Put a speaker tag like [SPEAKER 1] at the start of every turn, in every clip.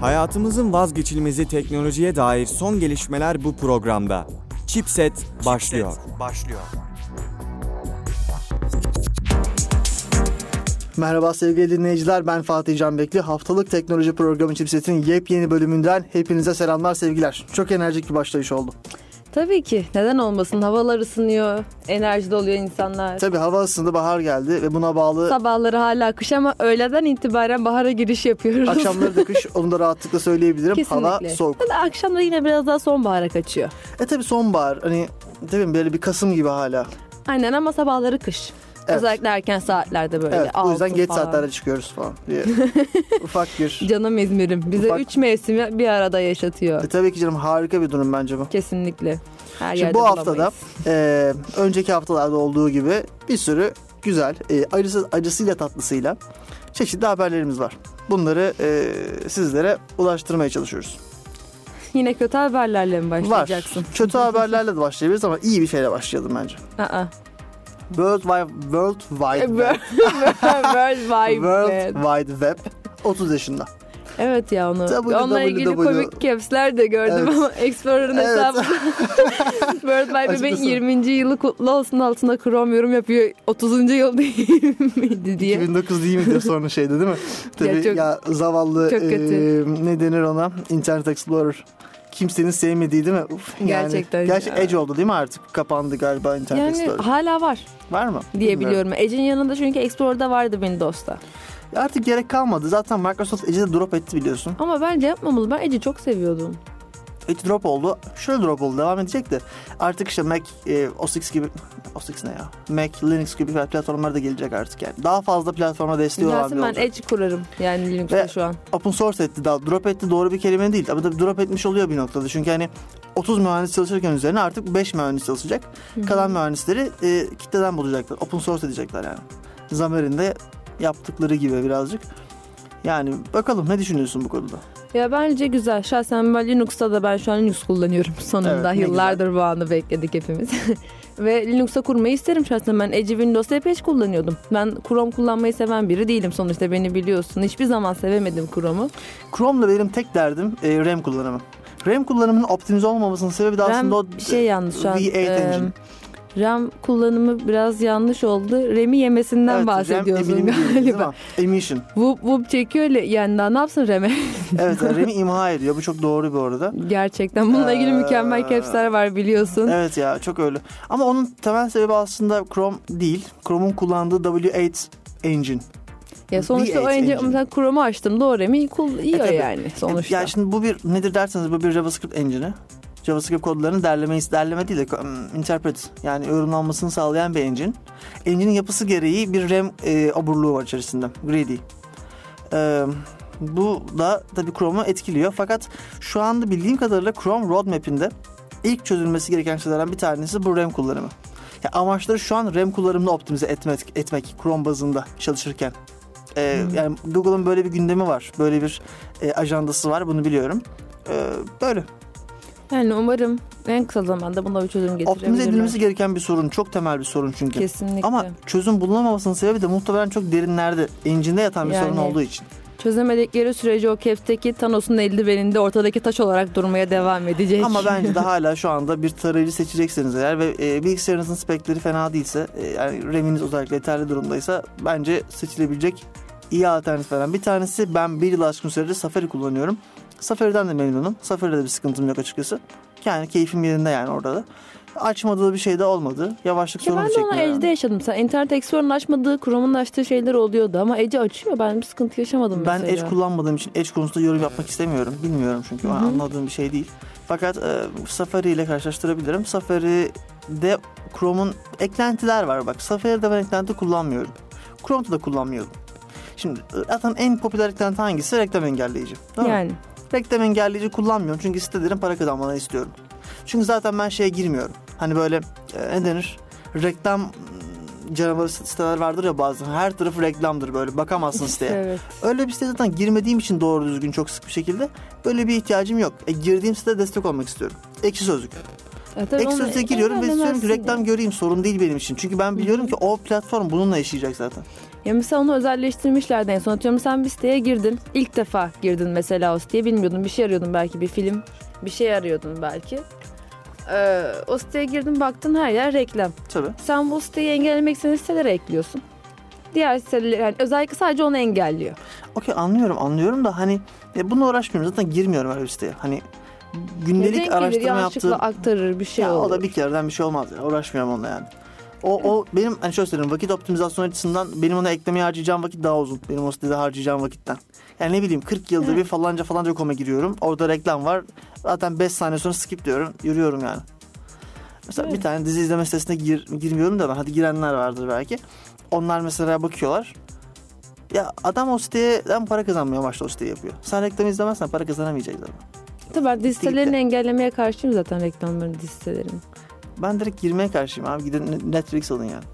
[SPEAKER 1] Hayatımızın vazgeçilmezi teknolojiye dair son gelişmeler bu programda. Chipset başlıyor.
[SPEAKER 2] Başlıyor.
[SPEAKER 3] Merhaba sevgili dinleyiciler ben Fatih Canbekli. Haftalık teknoloji programı Chipset'in yepyeni bölümünden hepinize selamlar sevgiler. Çok enerjik bir başlayış oldu.
[SPEAKER 4] Tabii ki. Neden olmasın? Havalar ısınıyor. Enerji doluyor insanlar.
[SPEAKER 3] Tabi hava ısındı bahar geldi ve buna bağlı
[SPEAKER 4] Sabahları hala kış ama öğleden itibaren bahara giriş yapıyoruz.
[SPEAKER 3] akşamları da kış onu da rahatlıkla söyleyebilirim. Hava
[SPEAKER 4] Kesinlikle.
[SPEAKER 3] soğuk.
[SPEAKER 4] Ya da akşamları yine biraz daha sonbahara kaçıyor.
[SPEAKER 3] E tabi sonbahar hani tabi böyle bir Kasım gibi hala.
[SPEAKER 4] Aynen ama sabahları kış.
[SPEAKER 3] Evet.
[SPEAKER 4] Özellikle erken saatlerde böyle.
[SPEAKER 3] Evet o yüzden
[SPEAKER 4] altı
[SPEAKER 3] geç
[SPEAKER 4] falan.
[SPEAKER 3] saatlerde çıkıyoruz falan diye. Ufak bir.
[SPEAKER 4] Canım İzmir'im. Bize
[SPEAKER 3] Ufak-
[SPEAKER 4] üç mevsimi bir arada yaşatıyor.
[SPEAKER 3] E tabii ki canım harika bir durum bence bu.
[SPEAKER 4] Kesinlikle. Her
[SPEAKER 3] Şimdi
[SPEAKER 4] yerde
[SPEAKER 3] bu haftada
[SPEAKER 4] bulamayız.
[SPEAKER 3] e, önceki haftalarda olduğu gibi bir sürü güzel e, acısı, acısıyla tatlısıyla çeşitli haberlerimiz var. Bunları e, sizlere ulaştırmaya çalışıyoruz.
[SPEAKER 4] Yine kötü haberlerle mi
[SPEAKER 3] Var.
[SPEAKER 4] başlayacaksın?
[SPEAKER 3] Kötü haberlerle de başlayabiliriz ama iyi bir şeyle başlayalım bence.
[SPEAKER 4] Aa.
[SPEAKER 3] World Wide, World Wide Web,
[SPEAKER 4] World World Wide
[SPEAKER 3] World
[SPEAKER 4] Web.
[SPEAKER 3] Wide Web 30 yaşında.
[SPEAKER 4] Evet ya onu.
[SPEAKER 3] WWW.
[SPEAKER 4] Onunla ilgili komik caps'ler de gördüm
[SPEAKER 3] Evet.
[SPEAKER 4] ama Explorer'ın
[SPEAKER 3] Evet.
[SPEAKER 4] hesabı World Wide Web'in
[SPEAKER 3] Açıkçası.
[SPEAKER 4] 20. yılı kutlu olsun altına Chrome yorum yapıyor. 30. yıl değil miydi diye.
[SPEAKER 3] 2009 değil mi diye sonra şeydi değil mi? Tabii ya,
[SPEAKER 4] Ya çok-
[SPEAKER 3] zavallı
[SPEAKER 4] çok kötü.
[SPEAKER 3] e, ne denir ona? Internet Explorer. Kimsenin sevmediği değil mi? Uf, yani,
[SPEAKER 4] Gerçekten
[SPEAKER 3] Gerçi
[SPEAKER 4] ya.
[SPEAKER 3] Edge oldu değil mi artık? Kapandı galiba Internet
[SPEAKER 4] Yani
[SPEAKER 3] Explorer.
[SPEAKER 4] hala var
[SPEAKER 3] Var mı?
[SPEAKER 4] diye
[SPEAKER 3] Bilmiyorum.
[SPEAKER 4] biliyorum. Edge'in yanında çünkü Explorer'da vardı Windows'ta.
[SPEAKER 3] Ya Artık gerek kalmadı. Zaten Microsoft Edge'i de drop etti biliyorsun.
[SPEAKER 4] Ama bence yapmamalı. Ben Edge'i çok seviyordum.
[SPEAKER 3] Edge drop oldu. Şöyle drop oldu. Devam edecek de. Artık işte Mac e, OS X gibi OS X ne ya? Mac, Linux gibi platformlara da gelecek artık yani. Daha fazla platforma desteği olan bir
[SPEAKER 4] Gelsin ben
[SPEAKER 3] olacak.
[SPEAKER 4] Edge kurarım. Yani
[SPEAKER 3] Ve-
[SPEAKER 4] Linux'ta şu an.
[SPEAKER 3] open source etti daha drop etti doğru bir kelime değil. Ama tabii drop etmiş oluyor bir noktada. Çünkü hani 30 mühendis çalışırken üzerine artık 5 mühendis çalışacak. Kalan mühendisleri e, kitleden bulacaklar. Open source edecekler yani. Xamarin'de yaptıkları gibi birazcık. Yani bakalım ne düşünüyorsun bu konuda?
[SPEAKER 4] Ya bence güzel. Şahsen ben Linux'ta da ben şu an Linux kullanıyorum
[SPEAKER 3] Evet, ne
[SPEAKER 4] sonunda.
[SPEAKER 3] güzel.
[SPEAKER 4] Yıllardır bu anı bekledik hepimiz. Ve Linux'a kurmayı isterim şahsen. Ben Edge Windows'ta hep Edge kullanıyordum. Ben Chrome kullanmayı seven biri değilim sonuçta beni biliyorsun. Hiçbir zaman sevemedim Chrome'u.
[SPEAKER 3] Chrome'da benim tek derdim e, RAM kullanımı. RAM kullanımının optimize olmamasının sebebi de aslında
[SPEAKER 4] RAM
[SPEAKER 3] o e,
[SPEAKER 4] şey yanlış şu an.
[SPEAKER 3] V8
[SPEAKER 4] e,
[SPEAKER 3] engine.
[SPEAKER 4] RAM kullanımı biraz yanlış oldu. RAM'i yemesinden
[SPEAKER 3] Evet, RAM
[SPEAKER 4] bahsediyorsun
[SPEAKER 3] eminimi diyoruz, değil
[SPEAKER 4] galiba.
[SPEAKER 3] mi? Emission.
[SPEAKER 4] Vup vup çekiyor öyle. Yani daha ne yapsın RAM'e?
[SPEAKER 3] Evet RAM'i imha ediyor. Bu çok doğru bir arada.
[SPEAKER 4] Gerçekten bununla ilgili
[SPEAKER 3] Ee,
[SPEAKER 4] mükemmel caps'ler var biliyorsun.
[SPEAKER 3] Evet ya çok öyle. Ama onun temel sebebi aslında Chrome değil. Chrome'un kullandığı W8 engine.
[SPEAKER 4] Ya sonuçta
[SPEAKER 3] V8
[SPEAKER 4] o önce
[SPEAKER 3] engine.
[SPEAKER 4] mesela Chrome'u açtım da o RAM'i kul- yiyor
[SPEAKER 3] E tabii.
[SPEAKER 4] yani sonuçta.
[SPEAKER 3] Ya şimdi bu bir nedir derseniz bu bir JavaScript engine'i. JavaScript kodlarını derleme, derleme değil de um, interpret yani yorumlanmasını sağlayan bir engine. Engine'in yapısı gereği bir RAM e, oburluğu var içerisinde. Greedy. Ee, bu da tabii Chrome'u etkiliyor. Fakat şu anda bildiğim kadarıyla Chrome roadmap'inde ilk çözülmesi gereken şeylerden bir tanesi bu RAM kullanımı. Ya amaçları şu an RAM kullanımını optimize etmek, etmek Chrome bazında çalışırken. Ee, Yani Google'ın böyle bir gündemi var. Böyle bir e, ajandası var bunu biliyorum. Ee, böyle
[SPEAKER 4] Yani umarım en kısa zamanda buna bir çözüm
[SPEAKER 3] optimize edilmesi
[SPEAKER 4] getirebilirler.
[SPEAKER 3] gereken bir sorun. Çok temel bir sorun çünkü.
[SPEAKER 4] Kesinlikle.
[SPEAKER 3] Ama çözüm bulunamamasının sebebi de muhtemelen çok derinlerde, incinde yatan bir
[SPEAKER 4] Yani.
[SPEAKER 3] sorun olduğu için.
[SPEAKER 4] Çözemedikleri sürece o caps'teki Thanos'un eldiveninde ortadaki taş olarak durmaya devam edecek.
[SPEAKER 3] Ama bence de hala şu anda bir tarayıcı seçecekseniz eğer ve e, bilgisayarınızın spekleri fena değilse, e, yani RAM'iniz özellikle yeterli durumdaysa bence seçilebilecek iyi alternatiflerden bir tanesi. Ben bir yıl aşkın süredir Safari kullanıyorum. Safari'den de memnunum. Safari'de de bir sıkıntım yok açıkçası. Yani keyfim yerinde yani orada da. Açmadığı bir şey de olmadı. Yavaşlık
[SPEAKER 4] Ya
[SPEAKER 3] sorunu
[SPEAKER 4] ben de onu
[SPEAKER 3] çekmiyor. yani.
[SPEAKER 4] Edge'de yaşadım. Sen Internet Explorer'ın açmadığı, Chrome'un açtığı şeyler oluyordu ama Edge açıyor. Ben bir sıkıntı yaşamadım
[SPEAKER 3] Ben
[SPEAKER 4] mesela.
[SPEAKER 3] Edge kullanmadığım için Edge konusunda yorum yapmak istemiyorum. Bilmiyorum çünkü
[SPEAKER 4] Hı hı.
[SPEAKER 3] anladığım bir şey değil. Fakat e, Safari ile karşılaştırabilirim. Safari'de Chrome'un eklentiler var bak. Safari'de ben eklenti kullanmıyorum. Chrome'da da kullanmıyordum. Şimdi e, zaten en popüler eklenti hangisi? Reklam engelleyici. Değil mi?
[SPEAKER 4] yani
[SPEAKER 3] Reklam engelleyici kullanmıyorum çünkü sitelerin para kazanmalarını istiyorum. Çünkü zaten ben şeye girmiyorum. Hani böyle e, ne denir? Reklam mm, canavarı siteler vardır ya bazen. Her tarafı reklamdır böyle. Bakamazsın siteye.
[SPEAKER 4] evet.
[SPEAKER 3] Öyle bir siteye zaten girmediğim için doğru düzgün çok sık bir şekilde böyle bir ihtiyacım yok. E, girdiğim sitede destek olmak istiyorum. Ekşi Sözlük.
[SPEAKER 4] Ya E, tabii
[SPEAKER 3] Ekşi
[SPEAKER 4] onu
[SPEAKER 3] Sözlük'e giriyorum ve istiyorum ki
[SPEAKER 4] engellemezsin
[SPEAKER 3] reklam göreyim. Sorun değil benim için. Çünkü ben biliyorum ki o platform bununla yaşayacak zaten.
[SPEAKER 4] Ya mesela onu özelleştirmişlerdi en son. Atıyorum sen bir siteye girdin. İlk defa girdin mesela o siteye. Bilmiyordun bir şey arıyordun belki bir film. Bir şey arıyordun belki. Ee, o siteye girdin baktın her yer reklam.
[SPEAKER 3] Tabii.
[SPEAKER 4] Sen bu siteyi engellemek için sitelere ekliyorsun. Diğer siteler yani özellikle sadece onu engelliyor.
[SPEAKER 3] Okey anlıyorum anlıyorum da hani ya bununla uğraşmıyorum zaten girmiyorum öyle bir siteye. Hani
[SPEAKER 4] Ne
[SPEAKER 3] gündelik araştırma
[SPEAKER 4] yanlışlıkla
[SPEAKER 3] yaptığım
[SPEAKER 4] aktarır bir şey
[SPEAKER 3] ya,
[SPEAKER 4] olur.
[SPEAKER 3] o da bir kereden bir şey olmaz ya. Uğraşmıyorum onunla yani. O, o benim hani şöyle söyleyeyim vakit optimizasyonu açısından benim ona eklemeye harcayacağım vakit daha uzun. Benim o sitede harcayacağım vakitten. Yani ne bileyim 40 yılda bir falanca falanca koma giriyorum. Orada reklam var. Zaten 5 saniye sonra skip diyorum. Yürüyorum yani. Mesela bir tane dizi izleme sitesine gir, girmiyorum da ben. Hadi girenler vardır belki. Onlar mesela bakıyorlar. Ya adam o siteden para kazanmaya başta o siteyi yapıyor. Sen reklam izlemezsen para kazanamayacak zaten.
[SPEAKER 4] Tabii ben dizi sitelerini
[SPEAKER 3] de.
[SPEAKER 4] engellemeye karşıyım zaten reklamların dizi sitelerini.
[SPEAKER 3] Ben direkt girmeye karşıyım abi. Gidin Netflix alın yani.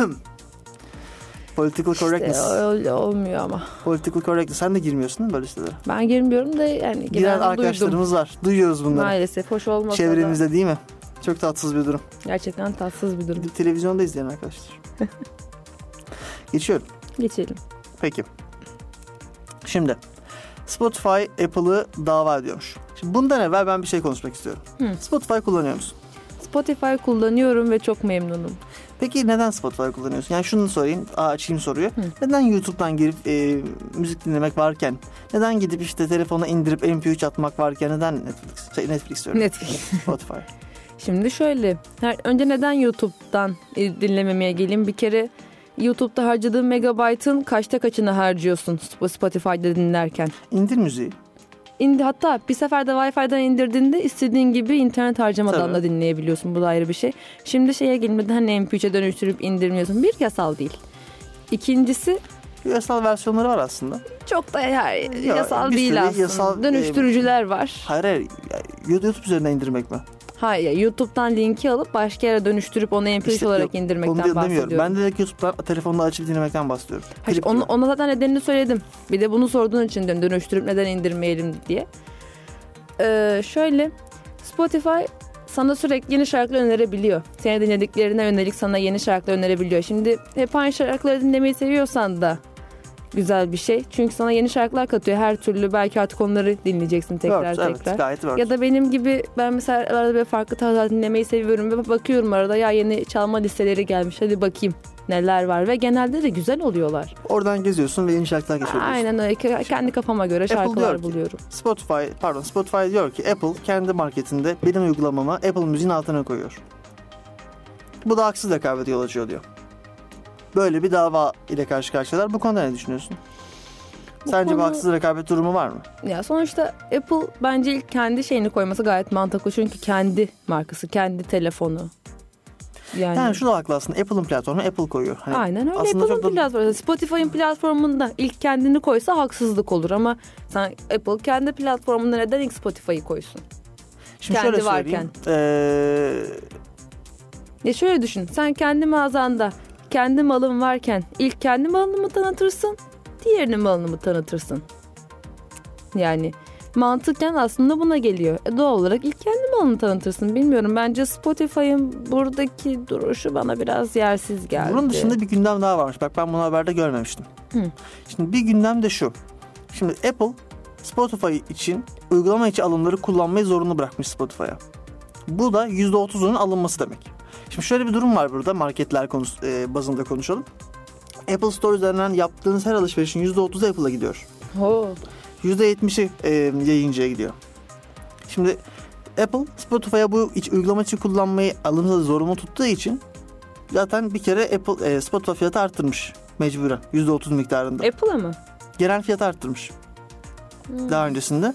[SPEAKER 3] Political correctness.
[SPEAKER 4] İşte öyle olmuyor ama.
[SPEAKER 3] Political correctness. Sen de girmiyorsun değil mi böyle sitelere?
[SPEAKER 4] Ben girmiyorum da yani
[SPEAKER 3] Giren
[SPEAKER 4] giren duydum.
[SPEAKER 3] arkadaşlarımız var. Duyuyoruz bunları.
[SPEAKER 4] Maalesef hoş olmasa da
[SPEAKER 3] Çevremizde değil mi? Çok tatsız bir durum.
[SPEAKER 4] gerçekten tatsız bir durum.
[SPEAKER 3] Gidip televizyonda izleyen arkadaşlar. Geçiyorum.
[SPEAKER 4] Geçelim.
[SPEAKER 3] Peki. Şimdi Spotify Apple'ı dava ediyormuş. Şimdi bundan evvel ben bir şey konuşmak istiyorum.
[SPEAKER 4] Hı.
[SPEAKER 3] Spotify kullanıyor musun?
[SPEAKER 4] Spotify kullanıyorum ve çok memnunum.
[SPEAKER 3] Peki neden Spotify kullanıyorsun? Yani şunu sorayım, aa, açayım soruyu.
[SPEAKER 4] Hı.
[SPEAKER 3] Neden YouTube'dan girip e, müzik dinlemek varken, neden gidip işte telefona indirip MP3 atmak varken neden Netflix? Şey, Netflix diyorum.
[SPEAKER 4] Netflix.
[SPEAKER 3] Spotify.
[SPEAKER 4] Şimdi şöyle. her- önce neden YouTube'dan e, dinlememeye geleyim? Bir kere YouTube'da harcadığın megabaytın kaçta kaçını harcıyorsun Sp- Spotify'da dinlerken?
[SPEAKER 3] İndir müziği.
[SPEAKER 4] İndi, hatta bir seferde Wi-Fi'den indirdiğinde istediğin gibi internet harcamadan
[SPEAKER 3] Tabii.
[SPEAKER 4] da dinleyebiliyorsun. Bu da ayrı bir şey. Şimdi şeye gelmeden hani MP3'e dönüştürüp indirmiyorsun. Bir yasal değil. İkincisi
[SPEAKER 3] Yasal versiyonları var aslında.
[SPEAKER 4] çok da ya- yasal
[SPEAKER 3] bir sürü
[SPEAKER 4] değil aslında.
[SPEAKER 3] yasal, e,
[SPEAKER 4] Dönüştürücüler var.
[SPEAKER 3] Hayır hayır, ya, YouTube üzerinden indirmek mi?
[SPEAKER 4] Hayır YouTube'dan linki alıp başka yere dönüştürüp onu MP3
[SPEAKER 3] İşte
[SPEAKER 4] olarak
[SPEAKER 3] yok, Onu
[SPEAKER 4] indirmekten
[SPEAKER 3] da
[SPEAKER 4] bahsediyorum.
[SPEAKER 3] demiyorum. Ben direkt YouTube'dan telefonla açıp dinlemekten bahsediyorum.
[SPEAKER 4] Hayır,
[SPEAKER 3] Klip
[SPEAKER 4] onu,
[SPEAKER 3] gibi.
[SPEAKER 4] ona zaten nedenini söyledim. Bir de bunu sorduğun için dedim, dönüştürüp neden indirmeyelim diye. Ee, şöyle Spotify sana sürekli yeni şarkılar önerebiliyor. Seni dinlediklerine yönelik sana yeni şarkılar önerebiliyor. Şimdi hep aynı şarkıları dinlemeyi seviyorsan da güzel bir şey. Çünkü sana yeni şarkılar katıyor. Her türlü belki artık onları dinleyeceksin tekrar
[SPEAKER 3] Works,
[SPEAKER 4] tekrar.
[SPEAKER 3] Evet, gayet works.
[SPEAKER 4] Ya da benim gibi ben mesela arada böyle farklı tarzlar dinlemeyi seviyorum ve bakıyorum arada ya yeni çalma listeleri gelmiş hadi bakayım neler var ve genelde de güzel oluyorlar.
[SPEAKER 3] Oradan geziyorsun ve yeni şarkılar keşfediyorsun.
[SPEAKER 4] Aynen öyle Ke- kendi kafama göre
[SPEAKER 3] diyor
[SPEAKER 4] şarkılar
[SPEAKER 3] ki-
[SPEAKER 4] buluyorum.
[SPEAKER 3] Spotify pardon Spotify diyor ki Apple kendi marketinde benim uygulamamı Apple Müziğin altına koyuyor. Bu da haksız rekabete yol açıyor diyor. Böyle bir dava ile karşı karşıyalar. Bu konuda ne düşünüyorsun?
[SPEAKER 4] Bu
[SPEAKER 3] Sence bu
[SPEAKER 4] konu-
[SPEAKER 3] haksız rekabet durumu var mı?
[SPEAKER 4] Ya sonuçta Apple bence ilk kendi şeyini koyması gayet mantıklı çünkü kendi markası, kendi telefonu. Yani,
[SPEAKER 3] Yani, şu da haklı aslında. Apple'ın platformu Apple koyuyor. Hani
[SPEAKER 4] Aynen öyle.
[SPEAKER 3] aslında çok
[SPEAKER 4] Apple'ın
[SPEAKER 3] da-
[SPEAKER 4] platformu. Spotify'ın platformunda ilk kendini koysa haksızlık olur ama sen Apple kendi platformunda neden ilk Spotify'ı koysun?
[SPEAKER 3] Şimdi
[SPEAKER 4] kendi
[SPEAKER 3] şöyle söyleyeyim. Ee,
[SPEAKER 4] Ya şöyle düşün. Sen kendi mağazanda kendi malın varken ilk kendi malını mı tanıtırsın? Diğerinin malını mı tanıtırsın? Yani mantıken aslında buna geliyor. E, doğal olarak ilk kendi malını tanıtırsın. Bilmiyorum bence Spotify'ın buradaki duruşu bana biraz yersiz geldi.
[SPEAKER 3] Bunun dışında bir gündem daha varmış. Bak ben bunu haberde görmemiştim.
[SPEAKER 4] Hı.
[SPEAKER 3] Şimdi bir gündem de şu. Şimdi Apple Spotify için uygulama içi alımları kullanmayı zorunlu bırakmış Spotify'a. Bu da %30'unun alınması demek. Şimdi şöyle bir durum var burada marketler konusu, e, bazında konuşalım. Apple Store üzerinden yaptığınız her alışverişin %30'u Apple'a gidiyor.
[SPEAKER 4] Ho,
[SPEAKER 3] %70'i e, yayıncıya gidiyor. Şimdi Apple Spotify'a bu iç, uygulama için kullanmayı alımda zorunlu tuttuğu için zaten bir kere Apple e, Spotify fiyatı arttırmış mecburen %30 miktarında.
[SPEAKER 4] Apple'a mı?
[SPEAKER 3] Genel fiyatı arttırmış.
[SPEAKER 4] Hmm.
[SPEAKER 3] Daha öncesinde.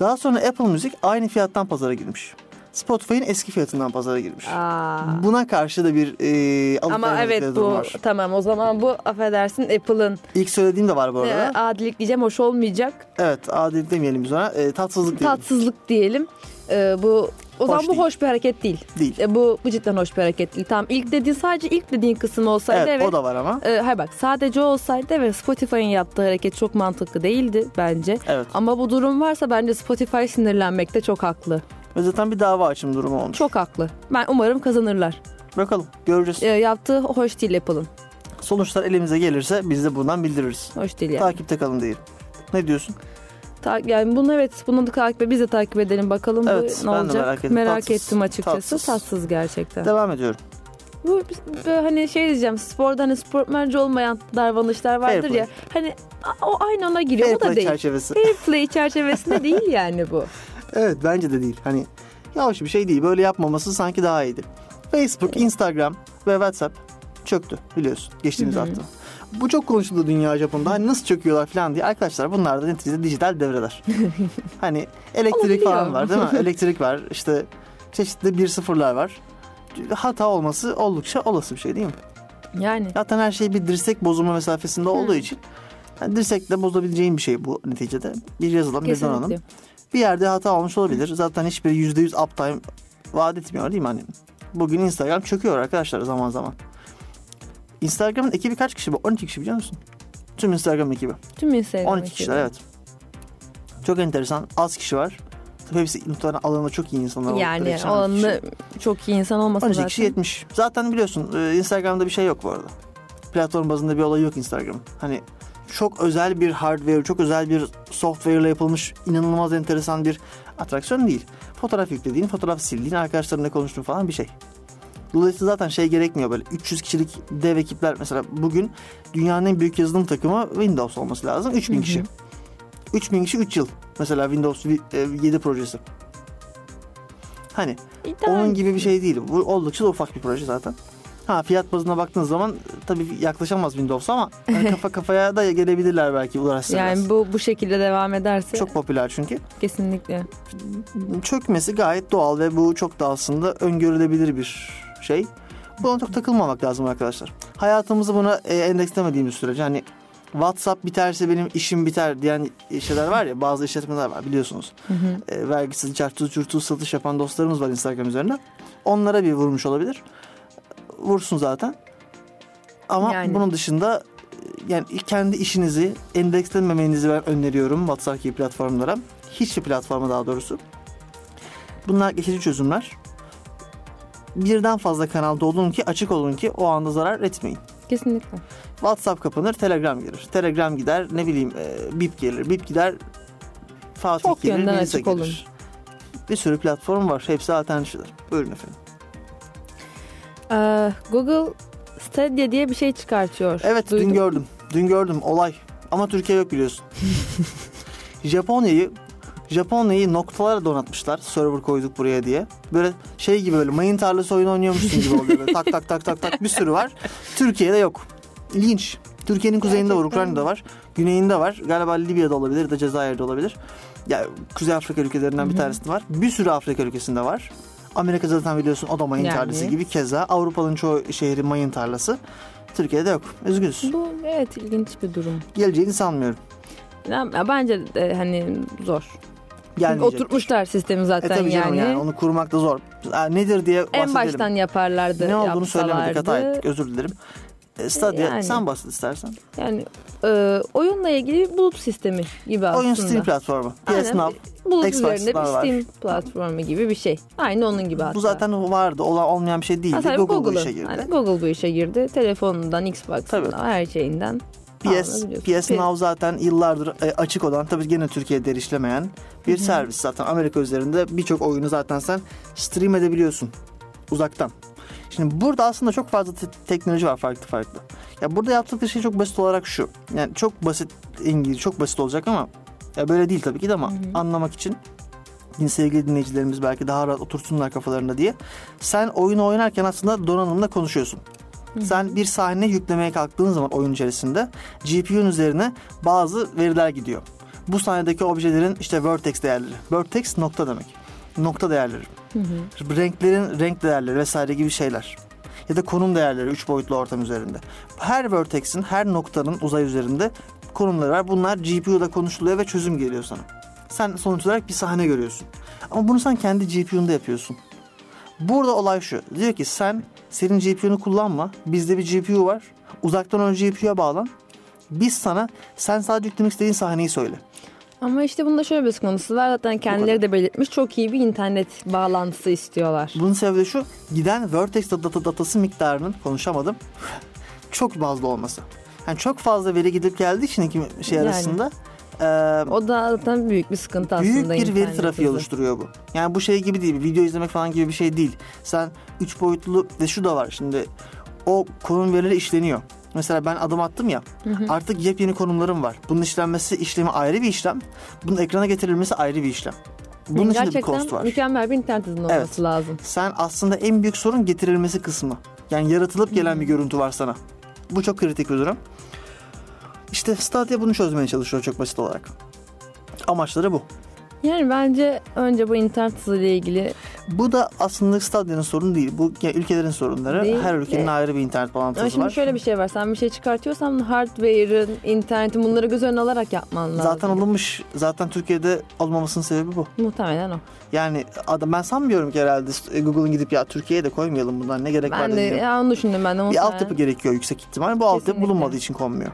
[SPEAKER 3] Daha sonra Apple Müzik aynı fiyattan pazara girmiş. Spotify'ın eski fiyatından pazara girmiş.
[SPEAKER 4] Aa.
[SPEAKER 3] Buna karşı da bir e, alıp
[SPEAKER 4] Ama
[SPEAKER 3] vermedikleri
[SPEAKER 4] evet
[SPEAKER 3] durum
[SPEAKER 4] bu
[SPEAKER 3] var.
[SPEAKER 4] tamam o zaman bu affedersin Apple'ın
[SPEAKER 3] İlk söylediğim de var bu
[SPEAKER 4] e,
[SPEAKER 3] arada.
[SPEAKER 4] adilik diyeceğim hoş olmayacak.
[SPEAKER 3] evet adil demeyelim biz ona. E, tatsızlık diyelim.
[SPEAKER 4] tatsızlık diyelim. Ee, bu o zaman bu
[SPEAKER 3] değil.
[SPEAKER 4] hoş bir hareket değil.
[SPEAKER 3] değil.
[SPEAKER 4] E, bu bu cidden hoş bir hareket değil. Tamam ilk dediğin sadece ilk dediğin kısım olsaydı
[SPEAKER 3] Evet,
[SPEAKER 4] evet.
[SPEAKER 3] o da var ama.
[SPEAKER 4] Ee, hayır bak sadece o olsaydı evet Spotify'ın yaptığı hareket çok mantıklı değildi bence.
[SPEAKER 3] Evet.
[SPEAKER 4] Ama bu durum varsa bence Spotify sinirlenmekte çok haklı.
[SPEAKER 3] Ve zaten bir dava açım durumu olmuş.
[SPEAKER 4] Çok haklı. Ben umarım kazanırlar. E,
[SPEAKER 3] Bakalım göreceğiz.
[SPEAKER 4] Ee, yaptığı hoş değil Apple'ın.
[SPEAKER 3] Sonuçlar elimize gelirse biz de bundan bildiririz.
[SPEAKER 4] Hoş değil yani.
[SPEAKER 3] Takipte kalın diyeyim. Ne diyorsun?
[SPEAKER 4] Ta- yani bunu evet bunu da takip biz de takip edelim bakalım bu
[SPEAKER 3] Evet,
[SPEAKER 4] ne
[SPEAKER 3] ben de
[SPEAKER 4] olacak.
[SPEAKER 3] merak ettim. Tatsız,
[SPEAKER 4] ettim açıkçası.
[SPEAKER 3] tatsız.
[SPEAKER 4] Tatsız, gerçekten.
[SPEAKER 3] Devam ediyorum.
[SPEAKER 4] Bu bu hani şey diyeceğim sporda hani sportmence olmayan davranışlar vardır
[SPEAKER 3] play.
[SPEAKER 4] ya. Hani a- o aynı ona giriyor.
[SPEAKER 3] Fair
[SPEAKER 4] bu da
[SPEAKER 3] play
[SPEAKER 4] değil.
[SPEAKER 3] çerçevesi.
[SPEAKER 4] Fair play çerçevesinde değil yani bu.
[SPEAKER 3] Evet bence de değil. Hani yavaş bir şey değil. Böyle yapmaması sanki daha iyiydi. Facebook, Instagram ve WhatsApp çöktü biliyorsun geçtiğimiz hafta. Bu çok konuşuldu dünya Japon'da. Hani nasıl çöküyorlar falan diye. Arkadaşlar bunlar da neticede dijital devreler. hani elektrik
[SPEAKER 4] Olabiliyor.
[SPEAKER 3] falan var değil mi? Elektrik var. işte çeşitli bir sıfırlar var. Hata olması oldukça olası bir şey değil mi?
[SPEAKER 4] Yani
[SPEAKER 3] Zaten her şey bir dirsek bozulma mesafesinde olduğu için yani dirsekle bozabileceğin bir şey bu neticede. Bir yazılım, bir donanım.
[SPEAKER 4] kesinlikle.
[SPEAKER 3] Bir yerde hata olmuş olabilir. Zaten hiçbir %100 uptime vaat etmiyor değil mi? Hani bugün Instagram çöküyor arkadaşlar zaman zaman. Instagram'ın ekibi kaç kişi bu? 12 kişi biliyor musun? Tüm Instagram ekibi.
[SPEAKER 4] Tüm Instagram
[SPEAKER 3] 12 kişiler
[SPEAKER 4] ekibi.
[SPEAKER 3] evet. Çok enteresan. Az kişi var. Tabii hepsi muhtemelen alanında çok iyi insanlar. oldukları
[SPEAKER 4] Yani
[SPEAKER 3] için
[SPEAKER 4] o
[SPEAKER 3] 12 kişi.
[SPEAKER 4] anda çok iyi insan olmasa
[SPEAKER 3] 12
[SPEAKER 4] zaten.
[SPEAKER 3] kişi 70. Zaten biliyorsun e, Instagram'da bir şey yok bu arada. Platform bazında bir olay yok Instagram'ın. Hani çok özel bir hardware, çok özel bir software ile yapılmış inanılmaz enteresan bir atraksiyon değil. Fotoğraf yüklediğin, fotoğraf sildiğin, arkadaşlarınla konuştuğun falan bir şey. Dolayısıyla zaten şey gerekmiyor böyle 300 kişilik dev ekipler mesela bugün dünyanın en büyük yazılım takımı Windows olması lazım 3000
[SPEAKER 4] Hı hı.
[SPEAKER 3] kişi. 3000 kişi 3 yıl mesela Windows e, 7 projesi. Hani
[SPEAKER 4] İdeal.
[SPEAKER 3] onun gibi bir şey değil. Bu oldukça da ufak bir proje zaten. Ha fiyat bazına baktığınız zaman e, tabii yaklaşamaz Windows ama hani kafa kafaya da gelebilirler belki uğraşsalar.
[SPEAKER 4] Yani bu bu şekilde devam ederse
[SPEAKER 3] çok popüler çünkü.
[SPEAKER 4] kesinlikle.
[SPEAKER 3] Çökmesi gayet doğal ve bu çok da aslında öngörülebilir bir şey. Buna çok takılmamak lazım arkadaşlar. Hayatımızı buna e, endekslemediğimiz sürece hani WhatsApp biterse benim işim biter diyen şeyler var ya bazı işletmeler var biliyorsunuz.
[SPEAKER 4] Hı hı.
[SPEAKER 3] e, vergisiz çarptı çurtu satış yapan dostlarımız var Instagram üzerinden. Onlara bir vurmuş olabilir. Vursun zaten. Ama
[SPEAKER 4] Yani.
[SPEAKER 3] bunun dışında e, yani kendi işinizi endekslenmemenizi ben öneriyorum WhatsApp gibi platformlara. Hiçbir platforma daha doğrusu. Bunlar geçici çözümler. Birden fazla kanalda olun ki açık olun ki o anda zarar etmeyin.
[SPEAKER 4] Kesinlikle.
[SPEAKER 3] WhatsApp kapanır, Telegram gelir. Telegram gider, ne bileyim e, Bip gelir. Bip gider, Fatih
[SPEAKER 4] Çok
[SPEAKER 3] gelir,
[SPEAKER 4] yönden
[SPEAKER 3] Melisa
[SPEAKER 4] açık
[SPEAKER 3] gelir.
[SPEAKER 4] olun.
[SPEAKER 3] Bir sürü platform var. Hepsi alternatifler. Buyurun efendim.
[SPEAKER 4] Ee, Google Stadia diye bir şey çıkartıyor.
[SPEAKER 3] Evet,
[SPEAKER 4] Duydum.
[SPEAKER 3] dün gördüm. Dün gördüm olay. Ama Türkiye yok biliyorsun. Japonya'yı Japonya'yı noktalara donatmışlar. Server koyduk buraya diye. Böyle şey gibi böyle mayın tarlası oyunu oynuyormuşsun gibi oluyor. Böyle tak tak tak tak tak bir sürü var. Türkiye'de yok. İlginç. Türkiye'nin kuzeyinde var,
[SPEAKER 4] Gerçekten.
[SPEAKER 3] Ukrayna'da var. Güneyinde var. Galiba Libya'da olabilir ya da Cezayir'de olabilir. Ya Kuzey Afrika ülkelerinden bir tanesinde var. Bir sürü Afrika ülkesinde var. Amerika zaten biliyorsun o da mayın
[SPEAKER 4] Yani.
[SPEAKER 3] tarlası gibi. Keza Avrupa'nın çoğu şehri mayın tarlası. Türkiye'de yok. Üzgünüz.
[SPEAKER 4] Bu evet ilginç bir durum.
[SPEAKER 3] Geleceğini sanmıyorum.
[SPEAKER 4] Ya, Bence de hani zor. Çünkü
[SPEAKER 3] Gelmeyecek.
[SPEAKER 4] Oturtmuşlar sistemi
[SPEAKER 3] E
[SPEAKER 4] zaten
[SPEAKER 3] tabii canım
[SPEAKER 4] yani.
[SPEAKER 3] yani. Onu kurmak da zor. Aa, nedir diye bahsedelim.
[SPEAKER 4] En baştan yaparlardı.
[SPEAKER 3] ne olduğunu
[SPEAKER 4] yapsalardı.
[SPEAKER 3] söylemedik hata ettik özür dilerim. E, Stadia
[SPEAKER 4] Yani.
[SPEAKER 3] sen bahset istersen.
[SPEAKER 4] Yani e, oyunla ilgili bir bulut sistemi gibi aslında.
[SPEAKER 3] Oyun Steam platformu.
[SPEAKER 4] Aynen,
[SPEAKER 3] PS Now.
[SPEAKER 4] Bulut
[SPEAKER 3] Xbox
[SPEAKER 4] üzerinde bir
[SPEAKER 3] Now var.
[SPEAKER 4] Steam platformu gibi bir şey. Aynı onun gibi hatta.
[SPEAKER 3] Bu zaten vardı. Olan olmayan bir şey değil.
[SPEAKER 4] Ha, tabii
[SPEAKER 3] Google bu
[SPEAKER 4] Google'ın.
[SPEAKER 3] işe girdi.
[SPEAKER 4] Hani Google bu işe girdi. Telefonundan,
[SPEAKER 3] Tabii.
[SPEAKER 4] Xbox'ından, her şeyinden.
[SPEAKER 3] PS,
[SPEAKER 4] alınabiliyorsun.
[SPEAKER 3] PS Now zaten yıllardır e, açık olan tabii gene Türkiye'de erişilemeyen bir servis zaten. Amerika üzerinde birçok oyunu zaten sen stream edebiliyorsun uzaktan. Şimdi burada aslında çok fazla te- teknoloji var farklı farklı. Ya burada yaptıkları şey çok basit olarak şu. Yani çok basit İngilizce çok basit olacak ama ya böyle değil tabii ki de ama anlamak için din- sevgili dinleyicilerimiz belki daha rahat otursunlar kafalarında diye. Sen oyunu oynarken aslında donanımla konuşuyorsun. Sen bir sahne yüklemeye kalktığın zaman oyun içerisinde GPU'nun üzerine bazı veriler gidiyor. Bu sahnedeki objelerin işte vertex değerleri. Vertex nokta demek. Nokta değerleri. Renklerin renk değerleri vesaire gibi şeyler. Ya da konum değerleri 3 boyutlu ortam üzerinde. Her vertex'in, her noktanın uzay üzerinde konumları var. Bunlar GPU'da konuşuluyor ve çözüm geliyor sana. Sen sonuç olarak bir sahne görüyorsun. Ama bunu sen kendi GPU'nda yapıyorsun. Burada olay şu. Diyor ki sen senin GPU'nu kullanma. Bizde bir GPU var. Uzaktan o GPU'ya bağlan. Biz sana sen sadece yüklemek istediğin sahneyi söyle.
[SPEAKER 4] Ama işte bunda şöyle bir sıkıntısı var. Zaten kendileri de belirtmiş. Çok iyi bir internet bağlantısı istiyorlar.
[SPEAKER 3] Bunun sebebi de şu. Giden vertex data datası miktarının konuşamadım. çok fazla olması. Yani çok fazla veri gidip geldiği için iki şey
[SPEAKER 4] Yani.
[SPEAKER 3] arasında e,
[SPEAKER 4] O da zaten büyük bir sıkıntı
[SPEAKER 3] büyük
[SPEAKER 4] aslında.
[SPEAKER 3] bir veri
[SPEAKER 4] internet
[SPEAKER 3] trafiği
[SPEAKER 4] hızı.
[SPEAKER 3] oluşturuyor bu. Yani bu şey gibi değil. Video izlemek falan gibi bir şey değil. Sen üç boyutlu ve şu da var şimdi. O konum verileri işleniyor. Mesela ben adım attım ya. Artık yepyeni konumlarım var. Bunun işlenmesi işlemi ayrı bir işlem. Bunun ekrana getirilmesi ayrı bir işlem. Bunun için de bir
[SPEAKER 4] Gerçekten
[SPEAKER 3] cost var.
[SPEAKER 4] mükemmel bir internet hızının
[SPEAKER 3] Evet.
[SPEAKER 4] olması lazım.
[SPEAKER 3] Sen aslında en büyük sorun getirilmesi kısmı. Yani yaratılıp gelen bir görüntü var sana. Bu çok kritik bir durum. İşte Stadia bunu çözmeye çalışıyor çok basit olarak. Amaçları bu.
[SPEAKER 4] Yani bence önce bu internet hızıyla ilgili
[SPEAKER 3] Bu da aslında Stadia'nın sorunu değil. Bu ya ülkelerin sorunları.
[SPEAKER 4] Değil
[SPEAKER 3] Her ülkenin
[SPEAKER 4] de-
[SPEAKER 3] ayrı bir internet
[SPEAKER 4] Ama
[SPEAKER 3] bağlantısı
[SPEAKER 4] şimdi
[SPEAKER 3] var.
[SPEAKER 4] şöyle bir şey var. Sen bir şey çıkartıyorsan hardware'ın, internetin bunları göz önüne alarak yapman lazım.
[SPEAKER 3] Zaten olunmuş. Zaten Türkiye'de olmamasının sebebi bu.
[SPEAKER 4] Muhtemelen o.
[SPEAKER 3] Yani adam ben sanmıyorum ki herhalde e, Google'ın gidip ya Türkiye'ye de koymayalım bundan ne gerek var
[SPEAKER 4] Ben de
[SPEAKER 3] demiyor.
[SPEAKER 4] ya onu düşündüm ben de.
[SPEAKER 3] Bir
[SPEAKER 4] muhtemelen.
[SPEAKER 3] altyapı gerekiyor yüksek ihtimal. Bu altyapı
[SPEAKER 4] Kesinlikle.
[SPEAKER 3] bulunmadığı için konmuyor.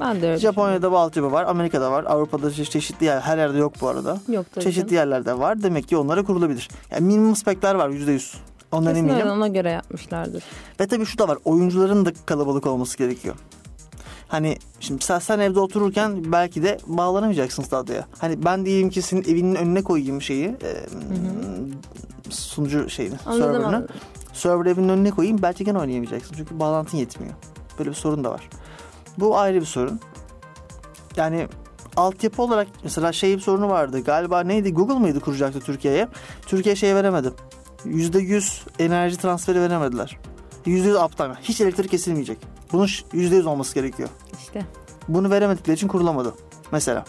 [SPEAKER 4] Ben de öyle
[SPEAKER 3] Japonya'da bu altyapı var, Amerika'da var, Avrupa'da çe- çeşitli yer, her yerde yok bu arada.
[SPEAKER 4] düşündüm. Yok tabii
[SPEAKER 3] Çeşitli
[SPEAKER 4] canım.
[SPEAKER 3] yerlerde var. Demek ki onlara kurulabilir. Yani minimum spekler var %100. Ondan
[SPEAKER 4] Kesin öyle,
[SPEAKER 3] eminim.
[SPEAKER 4] ona göre yapmışlardır.
[SPEAKER 3] Ve tabii şu da var. Oyuncuların da kalabalık olması gerekiyor. Hani şimdi sen, sen evde otururken belki de bağlanamayacaksın stadyaya. Hani ben diyeyim ki senin evinin önüne koyayım şeyi. e, sunucu şeyini,
[SPEAKER 4] Anladım
[SPEAKER 3] serverını.
[SPEAKER 4] ama
[SPEAKER 3] Server evinin önüne koyayım belki gene oynayamayacaksın. Çünkü bağlantın yetmiyor. Böyle bir sorun da var. Bu ayrı bir sorun. Yani altyapı olarak mesela şey bir sorunu vardı. Galiba neydi? Google mıydı kuracaktı Türkiye'ye? Türkiye şey veremedi. %100 enerji transferi veremediler. %100 uptime. Hiç elektrik kesilmeyecek. Bunun ş- %100 olması gerekiyor.
[SPEAKER 4] işte.
[SPEAKER 3] Bunu veremedikleri için kurulamadı. Mesela.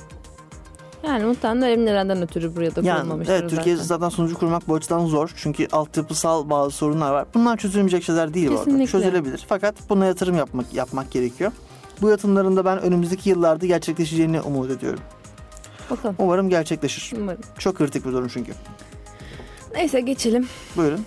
[SPEAKER 4] Yani muhtemelen elimlerden ötürü buraya da
[SPEAKER 3] Yani
[SPEAKER 4] kurulmamıştır
[SPEAKER 3] evet Türkiye
[SPEAKER 4] zaten.
[SPEAKER 3] zaten sunucu kurmak bu açıdan zor. Çünkü altyapısal bazı sorunlar var. Bunlar çözülmeyecek şeyler değil bu arada.
[SPEAKER 4] Kesinlikle.
[SPEAKER 3] Çözülebilir. Fakat buna yatırım yapmak yapmak gerekiyor. Bu yatırımların da ben önümüzdeki yıllarda gerçekleşeceğini umut ediyorum.
[SPEAKER 4] Bakalım.
[SPEAKER 3] Umarım gerçekleşir.
[SPEAKER 4] Umarım.
[SPEAKER 3] Çok kritik bir durum çünkü.
[SPEAKER 4] Neyse geçelim.
[SPEAKER 3] Buyurun.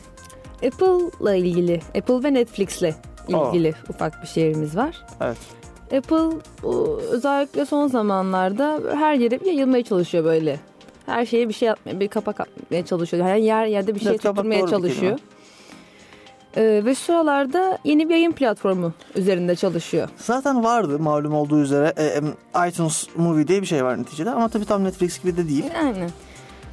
[SPEAKER 4] Apple'la ilgili, Apple ve Netflix'le ilgili ufak bir şeyimiz var.
[SPEAKER 3] Evet.
[SPEAKER 4] Apple bu, özellikle son zamanlarda her yere yayılmaya çalışıyor böyle. Her şeye bir şey atmaya, bir kapak atmaya çalışıyor. Her yer yerde bir şey
[SPEAKER 3] Evet, kapak
[SPEAKER 4] tutturmaya
[SPEAKER 3] doğru bir
[SPEAKER 4] çalışıyor. Ee, ve şu sıralarda yeni bir yayın platformu üzerinde çalışıyor.
[SPEAKER 3] Zaten vardı malum olduğu üzere e, em, iTunes Movie diye bir şey var neticede ama tabii tam Netflix gibi de değil.
[SPEAKER 4] Yani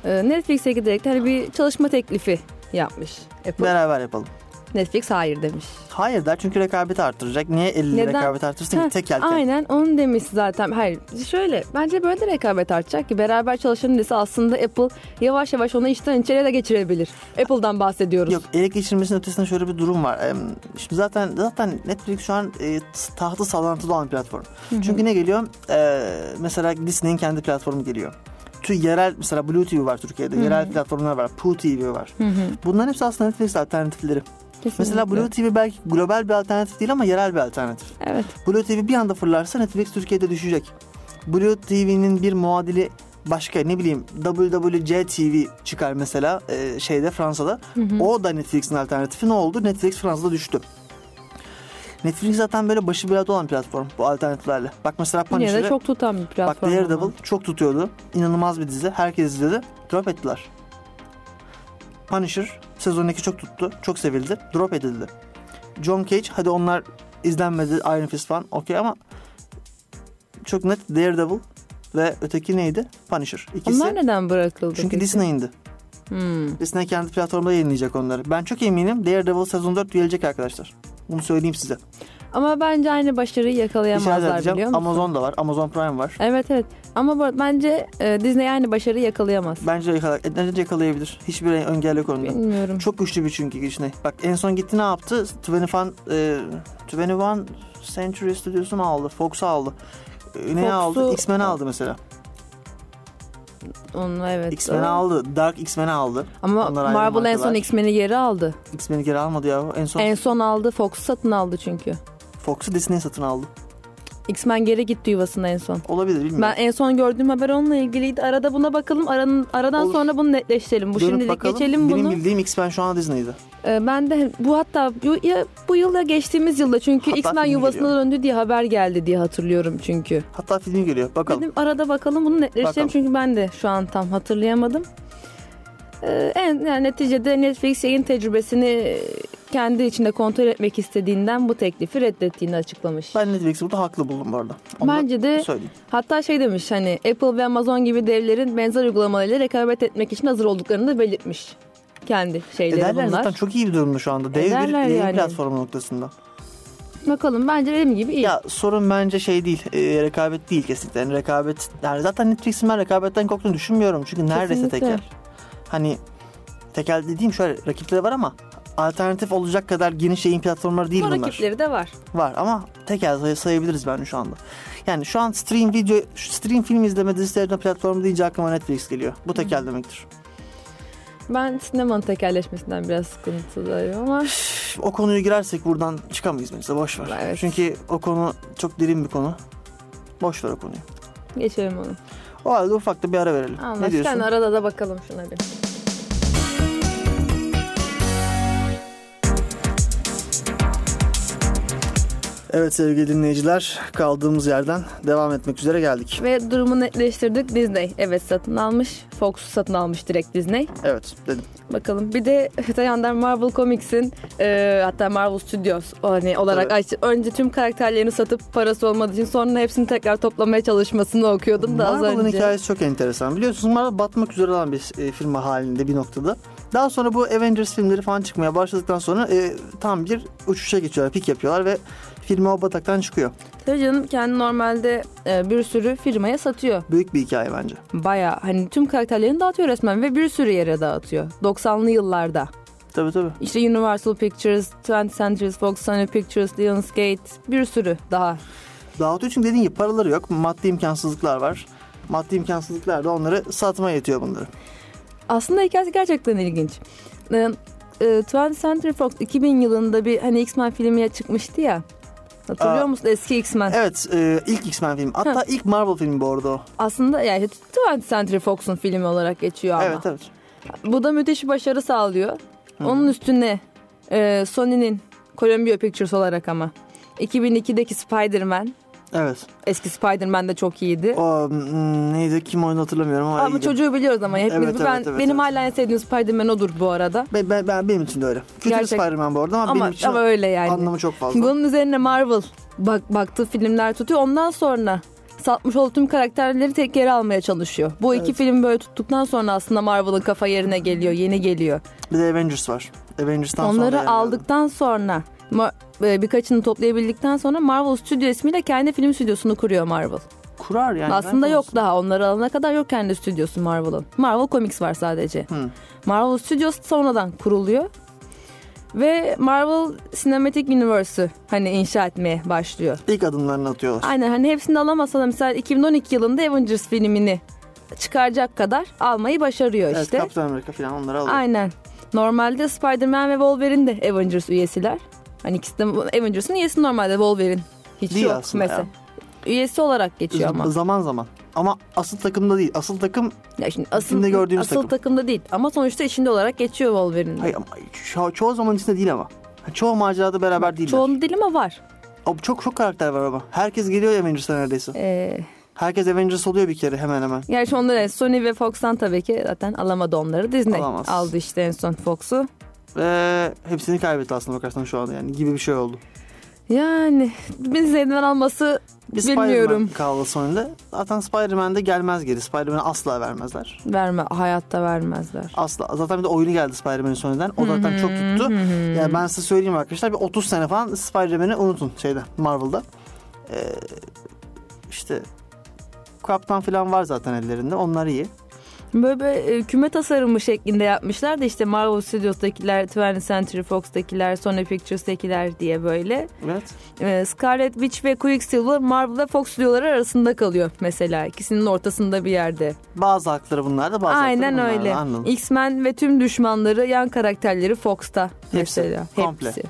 [SPEAKER 4] e, Netflix'e giderek de hani bir çalışma teklifi yapmış. Apple.
[SPEAKER 3] Beraber yapalım.
[SPEAKER 4] Netflix hayır demiş.
[SPEAKER 3] Hayır der çünkü rekabeti arttıracak. Niye 50
[SPEAKER 4] Neden?
[SPEAKER 3] rekabet arttırsın
[SPEAKER 4] Ha,
[SPEAKER 3] ki tek elken?
[SPEAKER 4] Aynen onu demiş zaten. Hayır şöyle bence böyle de rekabet artacak ki beraber çalışan lise aslında Apple yavaş yavaş onu işten içeriye de geçirebilir. Apple'dan bahsediyoruz.
[SPEAKER 3] Yok ele geçirmesinin ötesinde şöyle bir durum var. Em, Şimdi zaten zaten Netflix şu an e, tahtı sallantıda olan platform. Çünkü ne geliyor? E, mesela Disney'in kendi platformu geliyor. Tü yerel mesela Blue TV var Türkiye'de. Yerel platformlar var. Poo TV var. Bunların hepsi aslında Netflix alternatifleri. Mesela Blue TV belki global bir alternatif değil ama yerel bir alternatif.
[SPEAKER 4] Evet.
[SPEAKER 3] Blue TV bir anda fırlarsa Netflix Türkiye'de düşecek. Blue TV'nin bir muadili başka ne bileyim WWC TV çıkar mesela e, şeyde Fransa'da. O da Netflix'in alternatifi ne oldu? Netflix Fransa'da düştü. Netflix zaten böyle başı belada olan platform bu alternatiflerle. Bak mesela
[SPEAKER 4] Yine de
[SPEAKER 3] Punisher'ı
[SPEAKER 4] çok tutan bir
[SPEAKER 3] bak
[SPEAKER 4] platform.
[SPEAKER 3] Daredevil
[SPEAKER 4] ama.
[SPEAKER 3] çok tutuyordu. İnanılmaz bir dizi. Herkes izledi. Drop ettiler. Punisher sezon 2 çok tuttu. Çok sevildi. Drop edildi. John Cage hadi onlar izlenmedi. Iron Fist falan okey ama çok net Daredevil ve öteki neydi? Punisher. İkisi.
[SPEAKER 4] Onlar neden bırakıldı?
[SPEAKER 3] çünkü
[SPEAKER 4] peki?
[SPEAKER 3] Disney indi.
[SPEAKER 4] Hmm.
[SPEAKER 3] Disney kendi platformda yayınlayacak onları. Ben çok eminim Daredevil sezon 4 gelecek arkadaşlar. Bunu söyleyeyim size.
[SPEAKER 4] Ama bence aynı başarıyı
[SPEAKER 3] İşaret
[SPEAKER 4] yakalayamazlar
[SPEAKER 3] edeceğim.
[SPEAKER 4] biliyor musun?
[SPEAKER 3] Amazon'da var. Amazon Prime var.
[SPEAKER 4] Evet evet. Ama bu- bence e, Disney aynı başarıyı yakalayamaz.
[SPEAKER 3] Bence yakala- bence yakalayabilir. Hiçbir engel yok onda.
[SPEAKER 4] Bilmiyorum.
[SPEAKER 3] Çok güçlü bir çünkü Disney. Bak en son gitti ne yaptı? 21, e, 21 Century Studios'u mu aldı? Fox'u aldı. E, ne
[SPEAKER 4] Fox'u- E,
[SPEAKER 3] aldı? X-Men'i aldı mesela.
[SPEAKER 4] Onu evet.
[SPEAKER 3] X-Men'i
[SPEAKER 4] doğru.
[SPEAKER 3] aldı. Dark X-Men'i aldı.
[SPEAKER 4] Ama
[SPEAKER 3] Onlar ayrı
[SPEAKER 4] Marvel en son
[SPEAKER 3] markalar.
[SPEAKER 4] X-Men'i geri aldı.
[SPEAKER 3] X-Men'i geri almadı ya. En son
[SPEAKER 4] En son aldı. Fox'u satın aldı çünkü.
[SPEAKER 3] Fox'u Disney satın aldı.
[SPEAKER 4] X-Men geri gitti yuvasına en son.
[SPEAKER 3] Olabilir bilmiyorum.
[SPEAKER 4] Ben en son gördüğüm haber onunla ilgiliydi. Arada buna bakalım. Aranın, aradan
[SPEAKER 3] Olur.
[SPEAKER 4] sonra bunu netleştirelim. Bu
[SPEAKER 3] Dönüp
[SPEAKER 4] şimdilik
[SPEAKER 3] bakalım.
[SPEAKER 4] geçelim
[SPEAKER 3] Benim
[SPEAKER 4] bunu.
[SPEAKER 3] bildiğim X-Men şu an Disney'de.
[SPEAKER 4] Ee, ben de bu hatta bu, ya, bu yılda geçtiğimiz yılda çünkü
[SPEAKER 3] Hatta
[SPEAKER 4] X-Men
[SPEAKER 3] film
[SPEAKER 4] yuvasına
[SPEAKER 3] geliyor.
[SPEAKER 4] döndü diye haber geldi diye hatırlıyorum çünkü.
[SPEAKER 3] Hatta filmi geliyor. Bakalım.
[SPEAKER 4] Dedim arada bakalım bunu netleştirelim
[SPEAKER 3] Bakalım.
[SPEAKER 4] çünkü ben de şu an tam hatırlayamadım. Ee, en yani neticede Netflix yayın tecrübesini kendi içinde kontrol etmek istediğinden bu teklifi reddettiğini açıklamış.
[SPEAKER 3] Ben Netflix'i burada haklı buldum bu arada. Onu da
[SPEAKER 4] Bence de
[SPEAKER 3] söyleyeyim.
[SPEAKER 4] hatta şey demiş hani Apple ve Amazon gibi devlerin benzer uygulamalarıyla rekabet etmek için hazır olduklarını da belirtmiş. Kendi şeyleri
[SPEAKER 3] Ederler
[SPEAKER 4] bunlar.
[SPEAKER 3] E, zaten çok iyi bir durumda şu anda. Dev bir
[SPEAKER 4] Ederler
[SPEAKER 3] yayın
[SPEAKER 4] yani.
[SPEAKER 3] platformu noktasında.
[SPEAKER 4] Bakalım bence dediğim gibi iyi.
[SPEAKER 3] Ya sorun bence şey değil. e, rekabet değil kesinlikle. Yani rekabet yani zaten Netflix'in ben rekabetten korktuğunu düşünmüyorum. Çünkü neredeyse
[SPEAKER 4] Kesinlikle.
[SPEAKER 3] tekel. Hani tekel dediğim şöyle rakipleri var ama alternatif olacak kadar geniş yayın platformları değil
[SPEAKER 4] Ama
[SPEAKER 3] bunlar.
[SPEAKER 4] rakipleri de var.
[SPEAKER 3] Var ama tekel say- sayabiliriz bence şu anda. Yani şu an stream video stream film izleme dizi seyretme platformu deyince aklıma Netflix geliyor. Bu
[SPEAKER 4] Hmm.
[SPEAKER 3] tekel demektir.
[SPEAKER 4] Ben sinemanın tekerleşmesinden biraz sıkıntıdayım ama
[SPEAKER 3] Üf, O konuya girersek buradan çıkamayız mesela boş ver.
[SPEAKER 4] Evet.
[SPEAKER 3] Çünkü o konu çok derin bir konu. Boş ver o konuyu.
[SPEAKER 4] geçelim onu.
[SPEAKER 3] O halde ufak da bir ara verelim. ne
[SPEAKER 4] Anlaştık.
[SPEAKER 3] diyorsun?
[SPEAKER 4] Sen arada da bakalım şuna bir.
[SPEAKER 3] Evet sevgili dinleyiciler kaldığımız yerden devam etmek üzere geldik.
[SPEAKER 4] Ve durumu netleştirdik. Disney evet satın almış. Fox satın almış direkt Disney.
[SPEAKER 3] Evet dedim.
[SPEAKER 4] Bakalım. Bir de öte yandan Marvel Comics'in e, hatta Marvel Studios o hani olarak
[SPEAKER 3] Tabii.
[SPEAKER 4] aç- önce tüm karakterlerini satıp parası olmadığı için sonra hepsini tekrar toplamaya çalışmasını okuyordum da az
[SPEAKER 3] Marvel'ın
[SPEAKER 4] önce.
[SPEAKER 3] hikayesi çok enteresan. Biliyorsunuz Marvel batmak üzere olan bir e, firma halinde bir noktada. Daha sonra bu Avengers filmleri falan çıkmaya başladıktan sonra e, tam bir uçuşa geçiyorlar, pik yapıyorlar ve firma o bataktan çıkıyor.
[SPEAKER 4] Tabii canım kendi normalde e, bir sürü firmaya satıyor.
[SPEAKER 3] Büyük bir hikaye bence.
[SPEAKER 4] Baya hani tüm karakterlerini dağıtıyor resmen ve bir sürü yere dağıtıyor. 90'lı yıllarda.
[SPEAKER 3] Tabii tabii.
[SPEAKER 4] İşte Universal Pictures, 20th Century Fox, Sony Pictures, Lionsgate bir sürü daha.
[SPEAKER 3] Dağıtıyor çünkü dediğin gibi paraları yok, maddi imkansızlıklar var. Maddi imkansızlıklar da onları satmaya yetiyor bunları.
[SPEAKER 4] Aslında hikayesi gerçekten ilginç. Ee, e, 20th Century Fox 2000 yılında bir hani X-Men filmiye çıkmıştı ya. Hatırlıyor
[SPEAKER 3] Aa.
[SPEAKER 4] musun eski X-Men?
[SPEAKER 3] Evet e, ilk X-Men filmi. Hatta ilk Marvel filmi bu arada o.
[SPEAKER 4] Aslında yani 20th Century Fox'un filmi olarak geçiyor ama.
[SPEAKER 3] Evet evet.
[SPEAKER 4] Bu da müthiş başarı sağlıyor. Onun üstüne e, Sony'nin Columbia Pictures olarak ama 2002'deki Spider-Man
[SPEAKER 3] Evet.
[SPEAKER 4] eski Spider-Man de çok iyiydi.
[SPEAKER 3] O hmm, neydi kim oyunu hatırlamıyorum ama,
[SPEAKER 4] Ama
[SPEAKER 3] iyiydi.
[SPEAKER 4] çocuğu biliyoruz ama hepimiz.
[SPEAKER 3] Evet,
[SPEAKER 4] ben
[SPEAKER 3] evet, evet,
[SPEAKER 4] benim
[SPEAKER 3] evet.
[SPEAKER 4] hala en sevdiğim Spider-Man odur bu arada.
[SPEAKER 3] Ben, ben, ben- benim için de öyle. Kötü bir
[SPEAKER 4] Gerçek-
[SPEAKER 3] Spider-Man bu arada ama,
[SPEAKER 4] Ama
[SPEAKER 3] benim için
[SPEAKER 4] ama öyle yani.
[SPEAKER 3] anlamı çok fazla.
[SPEAKER 4] Bunun üzerine Marvel bak baktığı filmler tutuyor. Ondan sonra satmış olduğu tüm karakterleri tek yere almaya çalışıyor. Bu iki film böyle tuttuktan sonra aslında Marvel'ın kafa yerine geliyor, yeni geliyor.
[SPEAKER 3] Bir de Avengers var. Avengers'tan sonra
[SPEAKER 4] Onları
[SPEAKER 3] yani.
[SPEAKER 4] aldıktan sonra ma- e, birkaçını toplayabildikten sonra Marvel Studio ismiyle kendi film stüdyosunu kuruyor Marvel.
[SPEAKER 3] kurar yani.
[SPEAKER 4] Aslında
[SPEAKER 3] belki
[SPEAKER 4] yok
[SPEAKER 3] olsun.
[SPEAKER 4] daha onları alana kadar yok kendi stüdyosu Marvel'ın. Marvel Comics var sadece.
[SPEAKER 3] Hı.
[SPEAKER 4] Marvel Studios sonradan kuruluyor. Ve Marvel Cinematic Universe'ü hani inşa etmeye başlıyor.
[SPEAKER 3] İlk adımlarını atıyorlar.
[SPEAKER 4] Aynen hani hepsini alamasa da mesela 2012 yılında Avengers filmini çıkaracak kadar almayı başarıyor
[SPEAKER 3] Evet,
[SPEAKER 4] işte.
[SPEAKER 3] Captain America falan onları alıyor.
[SPEAKER 4] Aynen. Normalde Spider-Man ve Wolverine de Avengers üyesiler. Hani ikisi de Avengers'ın üyesi normalde Wolverine. Hiç
[SPEAKER 3] Değil
[SPEAKER 4] yok
[SPEAKER 3] aslında
[SPEAKER 4] mesela.
[SPEAKER 3] ya.
[SPEAKER 4] Üyesi olarak geçiyor şey ama.
[SPEAKER 3] Zaman zaman. Ama asıl takımda değil. Asıl takım
[SPEAKER 4] Ya şimdi asıl,
[SPEAKER 3] İçinde gördüğümüz
[SPEAKER 4] asıl
[SPEAKER 3] takım.
[SPEAKER 4] takımda değil ama sonuçta içinde olarak geçiyor Wolverine'de.
[SPEAKER 3] hayır, ama ço- çoğu zaman içinde değil ama. Ha, Çoğu macerada beraber değiller.
[SPEAKER 4] Çoğunda değil ama var.
[SPEAKER 3] Abi Çok çok karakter var ama. Herkes geliyor Avengers'a neredeyse.
[SPEAKER 4] Ee,
[SPEAKER 3] Herkes Avengers oluyor bir kere hemen hemen.
[SPEAKER 4] gerçi onları en- Sony ve Fox'tan tabii ki zaten alamadı onları. Disney
[SPEAKER 3] Alamaz.
[SPEAKER 4] aldı işte en son Fox'u.
[SPEAKER 3] Ve hepsini kaybetti aslında bakarsan şu anda yani gibi bir şey oldu.
[SPEAKER 4] Yani Disney'den alması
[SPEAKER 3] Bir
[SPEAKER 4] Bilmiyorum.
[SPEAKER 3] Spider-Man kaldı sonunda. Zaten Spider-Man de gelmez geri. Spider-Man'i asla vermezler.
[SPEAKER 4] verme hayatta vermezler.
[SPEAKER 3] Asla. Zaten bir de oyunu geldi Spider-Man'in sonradan. O zaten çok
[SPEAKER 4] Hmm.
[SPEAKER 3] tuttu. Yani ben size söyleyeyim arkadaşlar bir 30 sene falan Spider-Man'i unutun şeyde Marvel'da. Ee, işte Kaptan falan var zaten ellerinde. Onlar iyi.
[SPEAKER 4] Böyle, böyle, e, küme tasarımı şeklinde yapmışlar da işte Marvel Studios'takiler, 20th Century Fox'takiler, Sony Pictures'takiler diye böyle.
[SPEAKER 3] Evet.
[SPEAKER 4] E, Scarlet Witch ve Quicksilver Marvel ve Fox stüdyoları arasında kalıyor mesela. İkisinin ortasında bir yerde.
[SPEAKER 3] Bazı hakları bunlar da bazı
[SPEAKER 4] Aynen
[SPEAKER 3] hakları bunlar
[SPEAKER 4] öyle.
[SPEAKER 3] da. Anladım.
[SPEAKER 4] X-Men ve tüm düşmanları, yan karakterleri Fox'ta
[SPEAKER 3] Hepsi,
[SPEAKER 4] mesela.
[SPEAKER 3] komple.
[SPEAKER 4] Hepsi.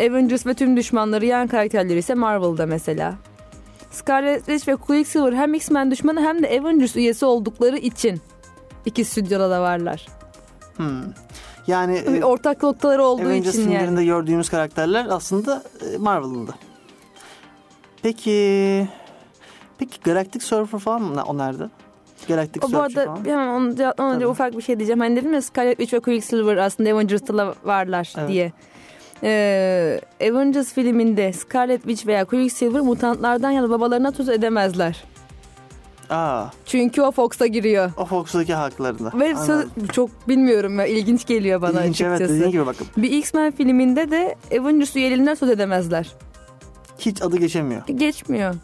[SPEAKER 4] Avengers ve tüm düşmanları, yan karakterleri ise Marvel'da mesela. Scarlet Witch ve Quicksilver hem X-Men düşmanı hem de Avengers üyesi oldukları için iki stüdyoda da varlar.
[SPEAKER 3] Hmm. Yani
[SPEAKER 4] Bir
[SPEAKER 3] e,
[SPEAKER 4] Ortak noktaları olduğu
[SPEAKER 3] Avengers
[SPEAKER 4] için yani.
[SPEAKER 3] filmlerinde gördüğümüz karakterler aslında e, Marvel'ın da. Peki Peki Galactic Surfer falan mı? O nerede? Galactic
[SPEAKER 4] O bu
[SPEAKER 3] Surfer
[SPEAKER 4] arada
[SPEAKER 3] falan.
[SPEAKER 4] hemen onu cevaplamadan önce
[SPEAKER 3] Tabii.
[SPEAKER 4] ufak bir şey diyeceğim. Hani dedim ya Scarlet Witch ve Quicksilver aslında Avengers'ta la- varlar
[SPEAKER 3] Evet.
[SPEAKER 4] diye. Ee, Avengers filminde Scarlet Witch veya Quicksilver mutantlardan yana babalarına söz edemezler.
[SPEAKER 3] Aa,
[SPEAKER 4] Çünkü o Fox'a giriyor.
[SPEAKER 3] o Fox'taki haklarında.
[SPEAKER 4] Ve
[SPEAKER 3] Anladım.
[SPEAKER 4] söz, çok bilmiyorum ya ilginç geliyor bana
[SPEAKER 3] İlginç, evet
[SPEAKER 4] açıkçası.
[SPEAKER 3] dediğin gibi bakın.
[SPEAKER 4] Bir X-Men filminde de Avengers üyelerinden söz edemezler.
[SPEAKER 3] Hiç adı geçemiyor.
[SPEAKER 4] Geçmiyor.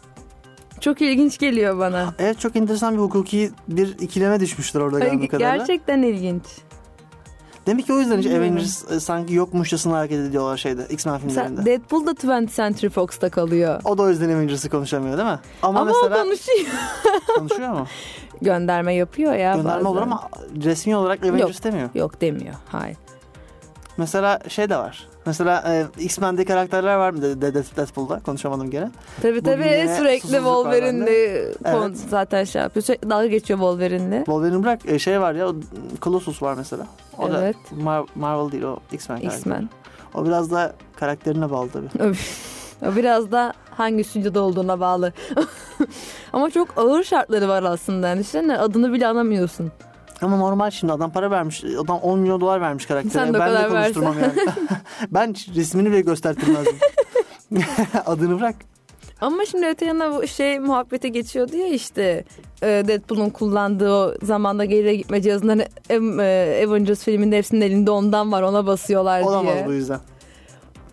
[SPEAKER 4] Çok ilginç geliyor bana.
[SPEAKER 3] Evet çok enteresan bir hukuki bir ikileme düşmüşler orada
[SPEAKER 4] Ay,
[SPEAKER 3] galiba Ah, kadarıyla.
[SPEAKER 4] Gerçekten ilginç.
[SPEAKER 3] Demek ki o yüzden hiç
[SPEAKER 4] Bilmiyorum.
[SPEAKER 3] Avengers e, sanki yokmuşçasına hareket ediyorlar şeyde X-Men filmlerinde.
[SPEAKER 4] Mesela Deadpool da 20th Century Fox'ta kalıyor.
[SPEAKER 3] O da o yüzden Avengers'ı konuşamıyor değil mi? Ama,
[SPEAKER 4] Ama
[SPEAKER 3] mesela
[SPEAKER 4] o konuşuyor.
[SPEAKER 3] konuşuyor mu?
[SPEAKER 4] Gönderme yapıyor ya bazen.
[SPEAKER 3] Gönderme olur ama resmi olarak Avengers demiyor.
[SPEAKER 4] Yok demiyor. Hayır.
[SPEAKER 3] Mesela şey de var. Mesela e, X-Men'de karakterler var mı? De, de, de- Deadpool'da konuşamadım gene.
[SPEAKER 4] Tabii
[SPEAKER 3] Bugün
[SPEAKER 4] tabii
[SPEAKER 3] yine
[SPEAKER 4] sürekli
[SPEAKER 3] susuzluk var
[SPEAKER 4] Wolverine'le kon-
[SPEAKER 3] Evet.
[SPEAKER 4] zaten şey yapıyor. Sürekli dalga geçiyor Wolverine'le.
[SPEAKER 3] Wolverine bırak e, şey var ya o Colossus var mesela. O
[SPEAKER 4] Evet.
[SPEAKER 3] da Mar- Marvel değil o X-Men karakteri.
[SPEAKER 4] X-Men.
[SPEAKER 3] O biraz daha karakterine bağlı tabii.
[SPEAKER 4] O Biraz da hangi stüdyoda olduğuna bağlı. Ama çok ağır şartları var aslında. Yani düşünsene adını bile anamıyorsun.
[SPEAKER 3] Ama normal şimdi adam para vermiş. Adam 10 milyon dolar vermiş karaktere.
[SPEAKER 4] Sen de o
[SPEAKER 3] ben
[SPEAKER 4] kadar
[SPEAKER 3] de konuşturmam yani. ben resmini bile göstertmezdim. Adını bırak.
[SPEAKER 4] Ama şimdi öte yana bu şey muhabbete geçiyordu ya işte e, Deadpool'un kullandığı o zamanda geriye gitme cihazından e, Avengers filminde hepsinin elinde ondan var ona basıyorlar
[SPEAKER 3] Olamaz
[SPEAKER 4] diye.
[SPEAKER 3] bu yüzden.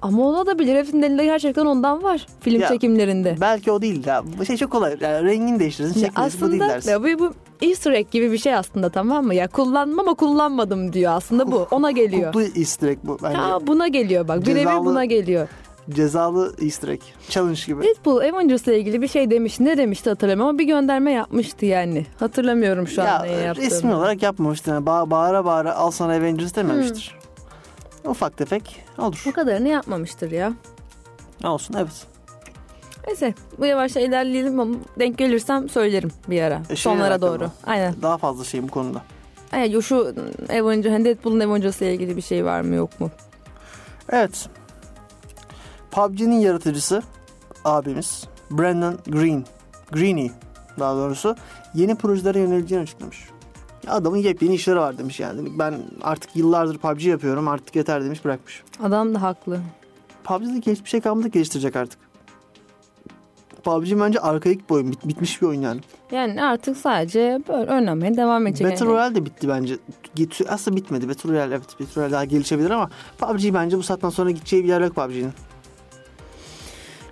[SPEAKER 4] Ama ona da bilir hepsinin elinde gerçekten ondan var film
[SPEAKER 3] Ya,
[SPEAKER 4] çekimlerinde.
[SPEAKER 3] Belki o değil ya. Bu şey çok kolay. Yani rengini değiştirirsin.
[SPEAKER 4] Eh. Ya
[SPEAKER 3] şeklini bu değil
[SPEAKER 4] aslında
[SPEAKER 3] dersin.
[SPEAKER 4] ya bu, bu easter egg gibi bir şey aslında tamam mı? Ya kullanmam ama kullanmadım diyor aslında bu ona geliyor.
[SPEAKER 3] Kutlu easter egg bu Hani bence.
[SPEAKER 4] Ha buna geliyor bak birebir
[SPEAKER 3] Cezalı-
[SPEAKER 4] buna geliyor.
[SPEAKER 3] Cezalı easter egg. Challenge gibi.
[SPEAKER 4] Deadpool Avengers'la ilgili bir şey demiş. Ne demişti hatırlamıyorum ama bir gönderme yapmıştı yani. Hatırlamıyorum şu an
[SPEAKER 3] ya
[SPEAKER 4] ne yaptığını.
[SPEAKER 3] resmi olarak yapmamıştır. Yani ba- bağıra bağıra al sana Avengers dememiştir. Hmm. Ufak tefek olur.
[SPEAKER 4] Bu kadarını yapmamıştır ya.
[SPEAKER 3] Olsun evet.
[SPEAKER 4] Neyse bu yavaşça ilerleyelim ama denk gelirsem söylerim bir ara.
[SPEAKER 3] E, şeyle
[SPEAKER 4] Sonlara
[SPEAKER 3] alakalı
[SPEAKER 4] doğru.
[SPEAKER 3] mı?
[SPEAKER 4] Aynen.
[SPEAKER 3] Daha fazla şeyim bu konuda.
[SPEAKER 4] Aynen şu Avenger, hani Deadpool'un Avengers'la ilgili bir şey var mı yok mu?
[SPEAKER 3] Evet. PUBG'nin yaratıcısı abimiz Brandon Green, Greeny daha doğrusu yeni projelere yöneleceğini açıklamış. Adamın yepyeni işleri var demiş yani. Demek Ben artık yıllardır PUBG yapıyorum artık yeter demiş bırakmış.
[SPEAKER 4] Adam da haklı.
[SPEAKER 3] PUBG'deki hiçbir şey kalmadı ki geliştirecek artık. PUBG bence arkaik bir oyun. bit- bitmiş bir oyun yani.
[SPEAKER 4] Yani artık sadece böyle oynamaya devam edecek.
[SPEAKER 3] Battle
[SPEAKER 4] Yani
[SPEAKER 3] Royale de bitti bence. Git- Aslında bitmedi. Battle Royale evet. Battle Royale daha gelişebilir ama PUBG bence bu saatten sonra gideceği bir yer yok PUBG'nin.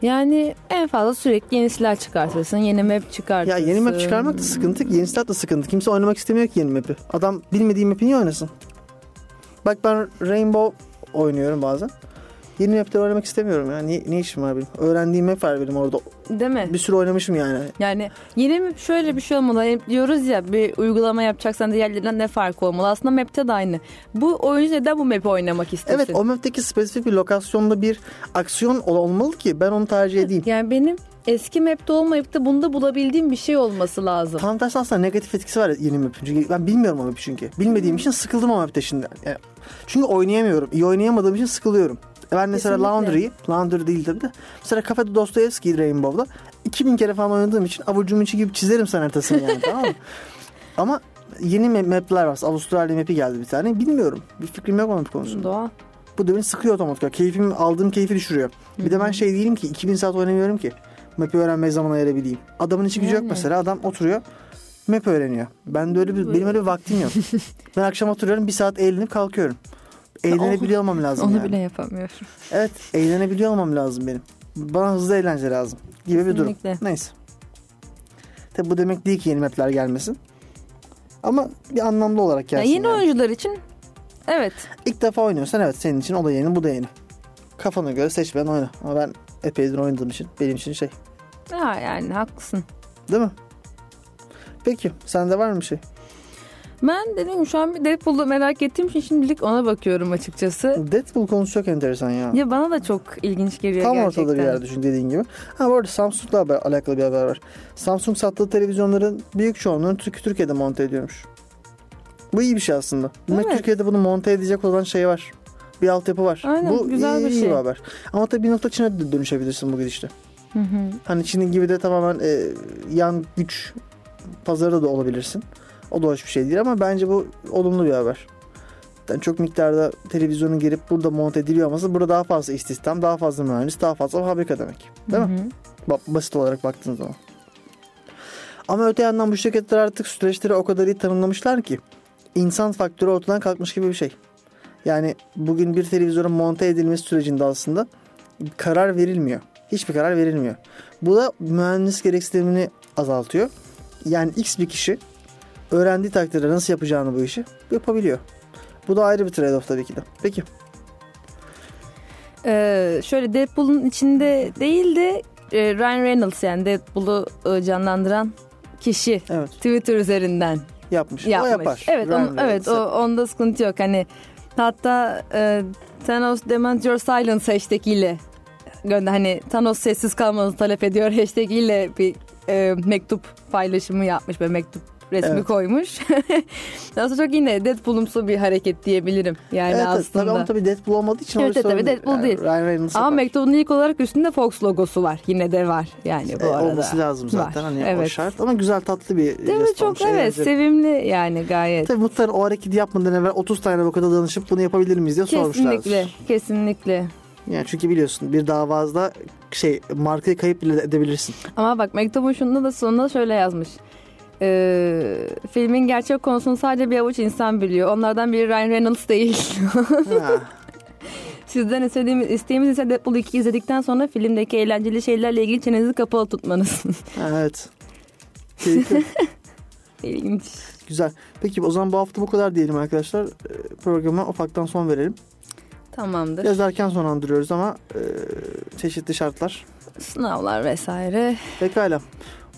[SPEAKER 4] Yani en fazla sürekli yeni silah çıkartırsın, yeni map
[SPEAKER 3] Ya
[SPEAKER 4] çıkartırsın.
[SPEAKER 3] yeni map çıkarmak da sıkıntı, yeni silah da sıkıntı. Kimse oynamak istemiyor ki yeni map'i. Adam bilmediği map'i niye oynasın? Bak ben Rainbow oynuyorum bazen. Yeni map'leri oynamak istemiyorum ya. Ne, ne işim var benim? Öğrendiğim map var benim orada.
[SPEAKER 4] Değil mi?
[SPEAKER 3] Bir sürü oynamışım yani.
[SPEAKER 4] Yani yeni mi şöyle bir şey olmalı. Yani diyoruz ya bir uygulama yapacaksan diğerlerinden ne farkı olmalı. Aslında map'te de aynı. Bu oyuncu neden bu map'i oynamak istesin?
[SPEAKER 3] Evet o map'teki spesifik bir lokasyonda bir aksiyon ol- olmalı ki ben onu tercih edeyim.
[SPEAKER 4] Yani benim eski map'te olmayıp da bunda bulabildiğim bir şey olması lazım.
[SPEAKER 3] Tam tersi aslında negatif etkisi var yeni map'in. Çünkü ben bilmiyorum o map'i çünkü. Bilmediğim için sıkıldım o map'te şimdi. Yani çünkü oynayamıyorum. İyi oynayamadığım için sıkılıyorum. E Ben mesela
[SPEAKER 4] Kesinlikle.
[SPEAKER 3] Laundry'yi, Laundry değil tabii de. Mesela Cafe'de Dostoyevski'yi Rainbow'da 2000 kere falan oynadığım için avucumun içi gibi çizerim sen haritasını yani tamam mı? Ama yeni ma- map'ler var. Avustralya map'i geldi bir tane. Bilmiyorum. Bir fikrim yok o map konusunda.
[SPEAKER 4] Doğa.
[SPEAKER 3] Bu da beni sıkıyor otomatik. olarak. Keyfim, aldığım keyfi düşürüyor. Bir de ben şey değilim ki 2000 saat oynamıyorum ki. Map'i öğrenmeye zaman ayırabileyim. Adamın içi gücü yok
[SPEAKER 4] Yani.
[SPEAKER 3] mesela. Adam oturuyor map öğreniyor. Ben de öyle bir, benim öyle bir vaktim yok. ben akşam oturuyorum bir saat eğlenip kalkıyorum. Eğlenebiliyor olmam lazım
[SPEAKER 4] Oh, Onu
[SPEAKER 3] yani.
[SPEAKER 4] bile yapamıyorum.
[SPEAKER 3] Evet eğlenebiliyor olmam lazım benim. Bana hızlı eğlence lazım gibi bir durum.
[SPEAKER 4] Kesinlikle.
[SPEAKER 3] Neyse. Tabi bu demek değil ki yeni mapler gelmesin. Ama bir anlamlı olarak
[SPEAKER 4] Yani
[SPEAKER 3] gelsin.
[SPEAKER 4] yeni
[SPEAKER 3] yani.
[SPEAKER 4] oyuncular için evet.
[SPEAKER 3] İlk defa oynuyorsan evet senin için o da yeni bu da yeni. Kafana göre seç ben oyna. Ama ben epeydir oynadığım için benim için şey.
[SPEAKER 4] Ha, yani haklısın.
[SPEAKER 3] Değil mi? Peki sende var mı bir şey?
[SPEAKER 4] Ben dedim ki şu an bir Deadpool'da merak ettiğim için şimdilik ona bakıyorum açıkçası.
[SPEAKER 3] Deadpool konusu çok enteresan ya.
[SPEAKER 4] Ya bana da çok ilginç geliyor
[SPEAKER 3] Tam
[SPEAKER 4] gerçekten.
[SPEAKER 3] ortada bir yer düşün dediğin gibi. Ha bu arada Samsung'la haber, alakalı bir haber var. Samsung sattığı televizyonların büyük çoğunluğunu Türk Türkiye'de monte ediyormuş. Bu iyi bir şey aslında. Demek
[SPEAKER 4] Evet.
[SPEAKER 3] Türkiye'de bunu monte edecek olan şey var. Bir altyapı var.
[SPEAKER 4] Aynen,
[SPEAKER 3] bu
[SPEAKER 4] güzel
[SPEAKER 3] iyi,
[SPEAKER 4] bir
[SPEAKER 3] iyi
[SPEAKER 4] şey.
[SPEAKER 3] haber. Ama tabii bir nokta Çin'e de dönüşebilirsin bu gidişle.
[SPEAKER 4] Hı hı.
[SPEAKER 3] Hani Çin'in gibi de tamamen e, yan güç pazarı da olabilirsin. O da hoş bir şey değil ama bence bu olumlu bir haber. yani çok miktarda televizyonun girip burada monte ediliyor olması burada daha fazla istihdam, daha fazla mühendis, daha fazla fabrika demek. Değil mi? Ba- Basit olarak baktığın zaman. Ama öte yandan bu şirketler artık süreçleri o kadar iyi tanımlamışlar ki insan faktörü ortadan kalkmış gibi bir şey. Yani bugün bir televizyonun monte edilmesi sürecinde aslında karar verilmiyor. Hiçbir karar verilmiyor. Bu da mühendis gereksinimini azaltıyor. Yani X bir kişi öğrendiği takdirde nasıl yapacağını bu işi yapabiliyor. Bu da ayrı bir trade-off tabii ki de. Peki.
[SPEAKER 4] Ee, şöyle Deadpool'un içinde değil de e, Ryan Reynolds yani Deadpool'u e, canlandıran kişi
[SPEAKER 3] Evet.
[SPEAKER 4] Twitter üzerinden
[SPEAKER 3] Yapmış.
[SPEAKER 4] yapmış.
[SPEAKER 3] O yapar.
[SPEAKER 4] Evet,
[SPEAKER 3] Ryan
[SPEAKER 4] on, evet
[SPEAKER 3] Reynolds'ı.
[SPEAKER 4] o, onda sıkıntı yok. Hani hatta e, Thanos demands your silence hashtag ile gönder hani Thanos sessiz kalmanızı talep ediyor hashtag ile bir e, mektup paylaşımı yapmış ve mektup resmi
[SPEAKER 3] Evet.
[SPEAKER 4] koymuş. Aslında çok yine Deadpool'umsu bir hareket diyebilirim yani
[SPEAKER 3] Evet, evet.
[SPEAKER 4] aslında.
[SPEAKER 3] Tabii ama tabii Deadpool olmadığı için
[SPEAKER 4] Evet,
[SPEAKER 3] orası
[SPEAKER 4] evet, tabii
[SPEAKER 3] sorun
[SPEAKER 4] Deadpool değil.
[SPEAKER 3] Ryan Reynolds
[SPEAKER 4] Ama
[SPEAKER 3] yapar.
[SPEAKER 4] mektubun ilk olarak üstünde Fox logosu var. Yine de var yani bu
[SPEAKER 3] E,
[SPEAKER 4] arada.
[SPEAKER 3] Olması lazım zaten.
[SPEAKER 4] Var,
[SPEAKER 3] Hani o
[SPEAKER 4] evet.
[SPEAKER 3] şart. Ama güzel tatlı bir
[SPEAKER 4] Değil mi?
[SPEAKER 3] jest
[SPEAKER 4] Çok
[SPEAKER 3] olmuş,
[SPEAKER 4] evet
[SPEAKER 3] eğlenceli.
[SPEAKER 4] sevimli yani gayet.
[SPEAKER 3] Tabii muhtemelen o hareketi yapmadan evvel 30 tane avukata danışıp bunu yapabilir miyiz diye
[SPEAKER 4] Kesinlikle,
[SPEAKER 3] sormuşlardır.
[SPEAKER 4] kesinlikle.
[SPEAKER 3] Yani çünkü biliyorsun bir davazda şey markayı kayıp bile edebilirsin.
[SPEAKER 4] Ama bak mektubun şunda da sonunda şöyle yazmış. Ee, filmin gerçek konusunu sadece bir avuç insan biliyor. Onlardan biri Ryan Reynolds değil.
[SPEAKER 3] Ha.
[SPEAKER 4] Sizden istediğimiz, isteğimiz ise Deadpool 2 izledikten sonra filmdeki eğlenceli şeylerle ilgili çenenizi kapalı tutmanız.
[SPEAKER 3] Evet. Keyifli.
[SPEAKER 4] İlginç.
[SPEAKER 3] Güzel. Peki o zaman bu hafta bu kadar diyelim arkadaşlar. Ee, Programa ufaktan son verelim.
[SPEAKER 4] Tamamdır.
[SPEAKER 3] Biraz erken sonlandırıyoruz ama e, çeşitli şartlar.
[SPEAKER 4] Sınavlar vesaire.
[SPEAKER 3] Pekala.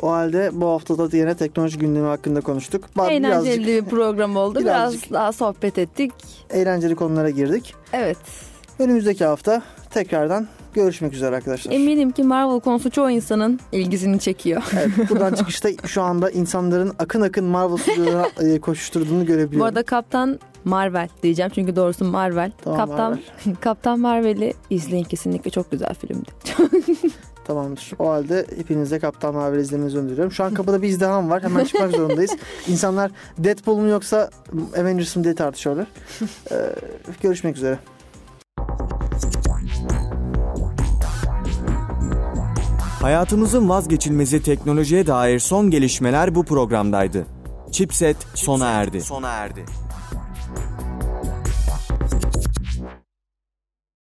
[SPEAKER 3] O halde bu haftada da yine teknoloji gündemi hakkında konuştuk. Ba-
[SPEAKER 4] Eğlenceli
[SPEAKER 3] Birazcık
[SPEAKER 4] bir program oldu.
[SPEAKER 3] Birazcık.
[SPEAKER 4] Biraz daha sohbet ettik.
[SPEAKER 3] eğlenceli konulara girdik.
[SPEAKER 4] Evet.
[SPEAKER 3] Önümüzdeki hafta tekrardan görüşmek üzere arkadaşlar.
[SPEAKER 4] Eminim ki Marvel konusu çoğu insanın ilgisini çekiyor.
[SPEAKER 3] Evet, buradan çıkışta şu anda insanların akın akın Marvel stüdyolarına e, koşuşturduğunu görebiliyorum.
[SPEAKER 4] Bu arada Kaptan Marvel diyeceğim çünkü doğrusu Marvel.
[SPEAKER 3] Tamam,
[SPEAKER 4] Kaptan Kaptan Marvel'i izleyin kesinlikle çok güzel filmdi.
[SPEAKER 3] Tamamdır. O halde hepinize Kaptan Marvel izlemenizi öneriyorum. Şu an kapıda bir izdiham var. Hemen çıkmak zorundayız. İnsanlar Deadpool mu yoksa Avengers mı diye tartışıyorlar. Ee, görüşmek üzere.
[SPEAKER 1] Hayatımızın vazgeçilmezi teknolojiye dair son gelişmeler bu programdaydı. Chipset sona erdi.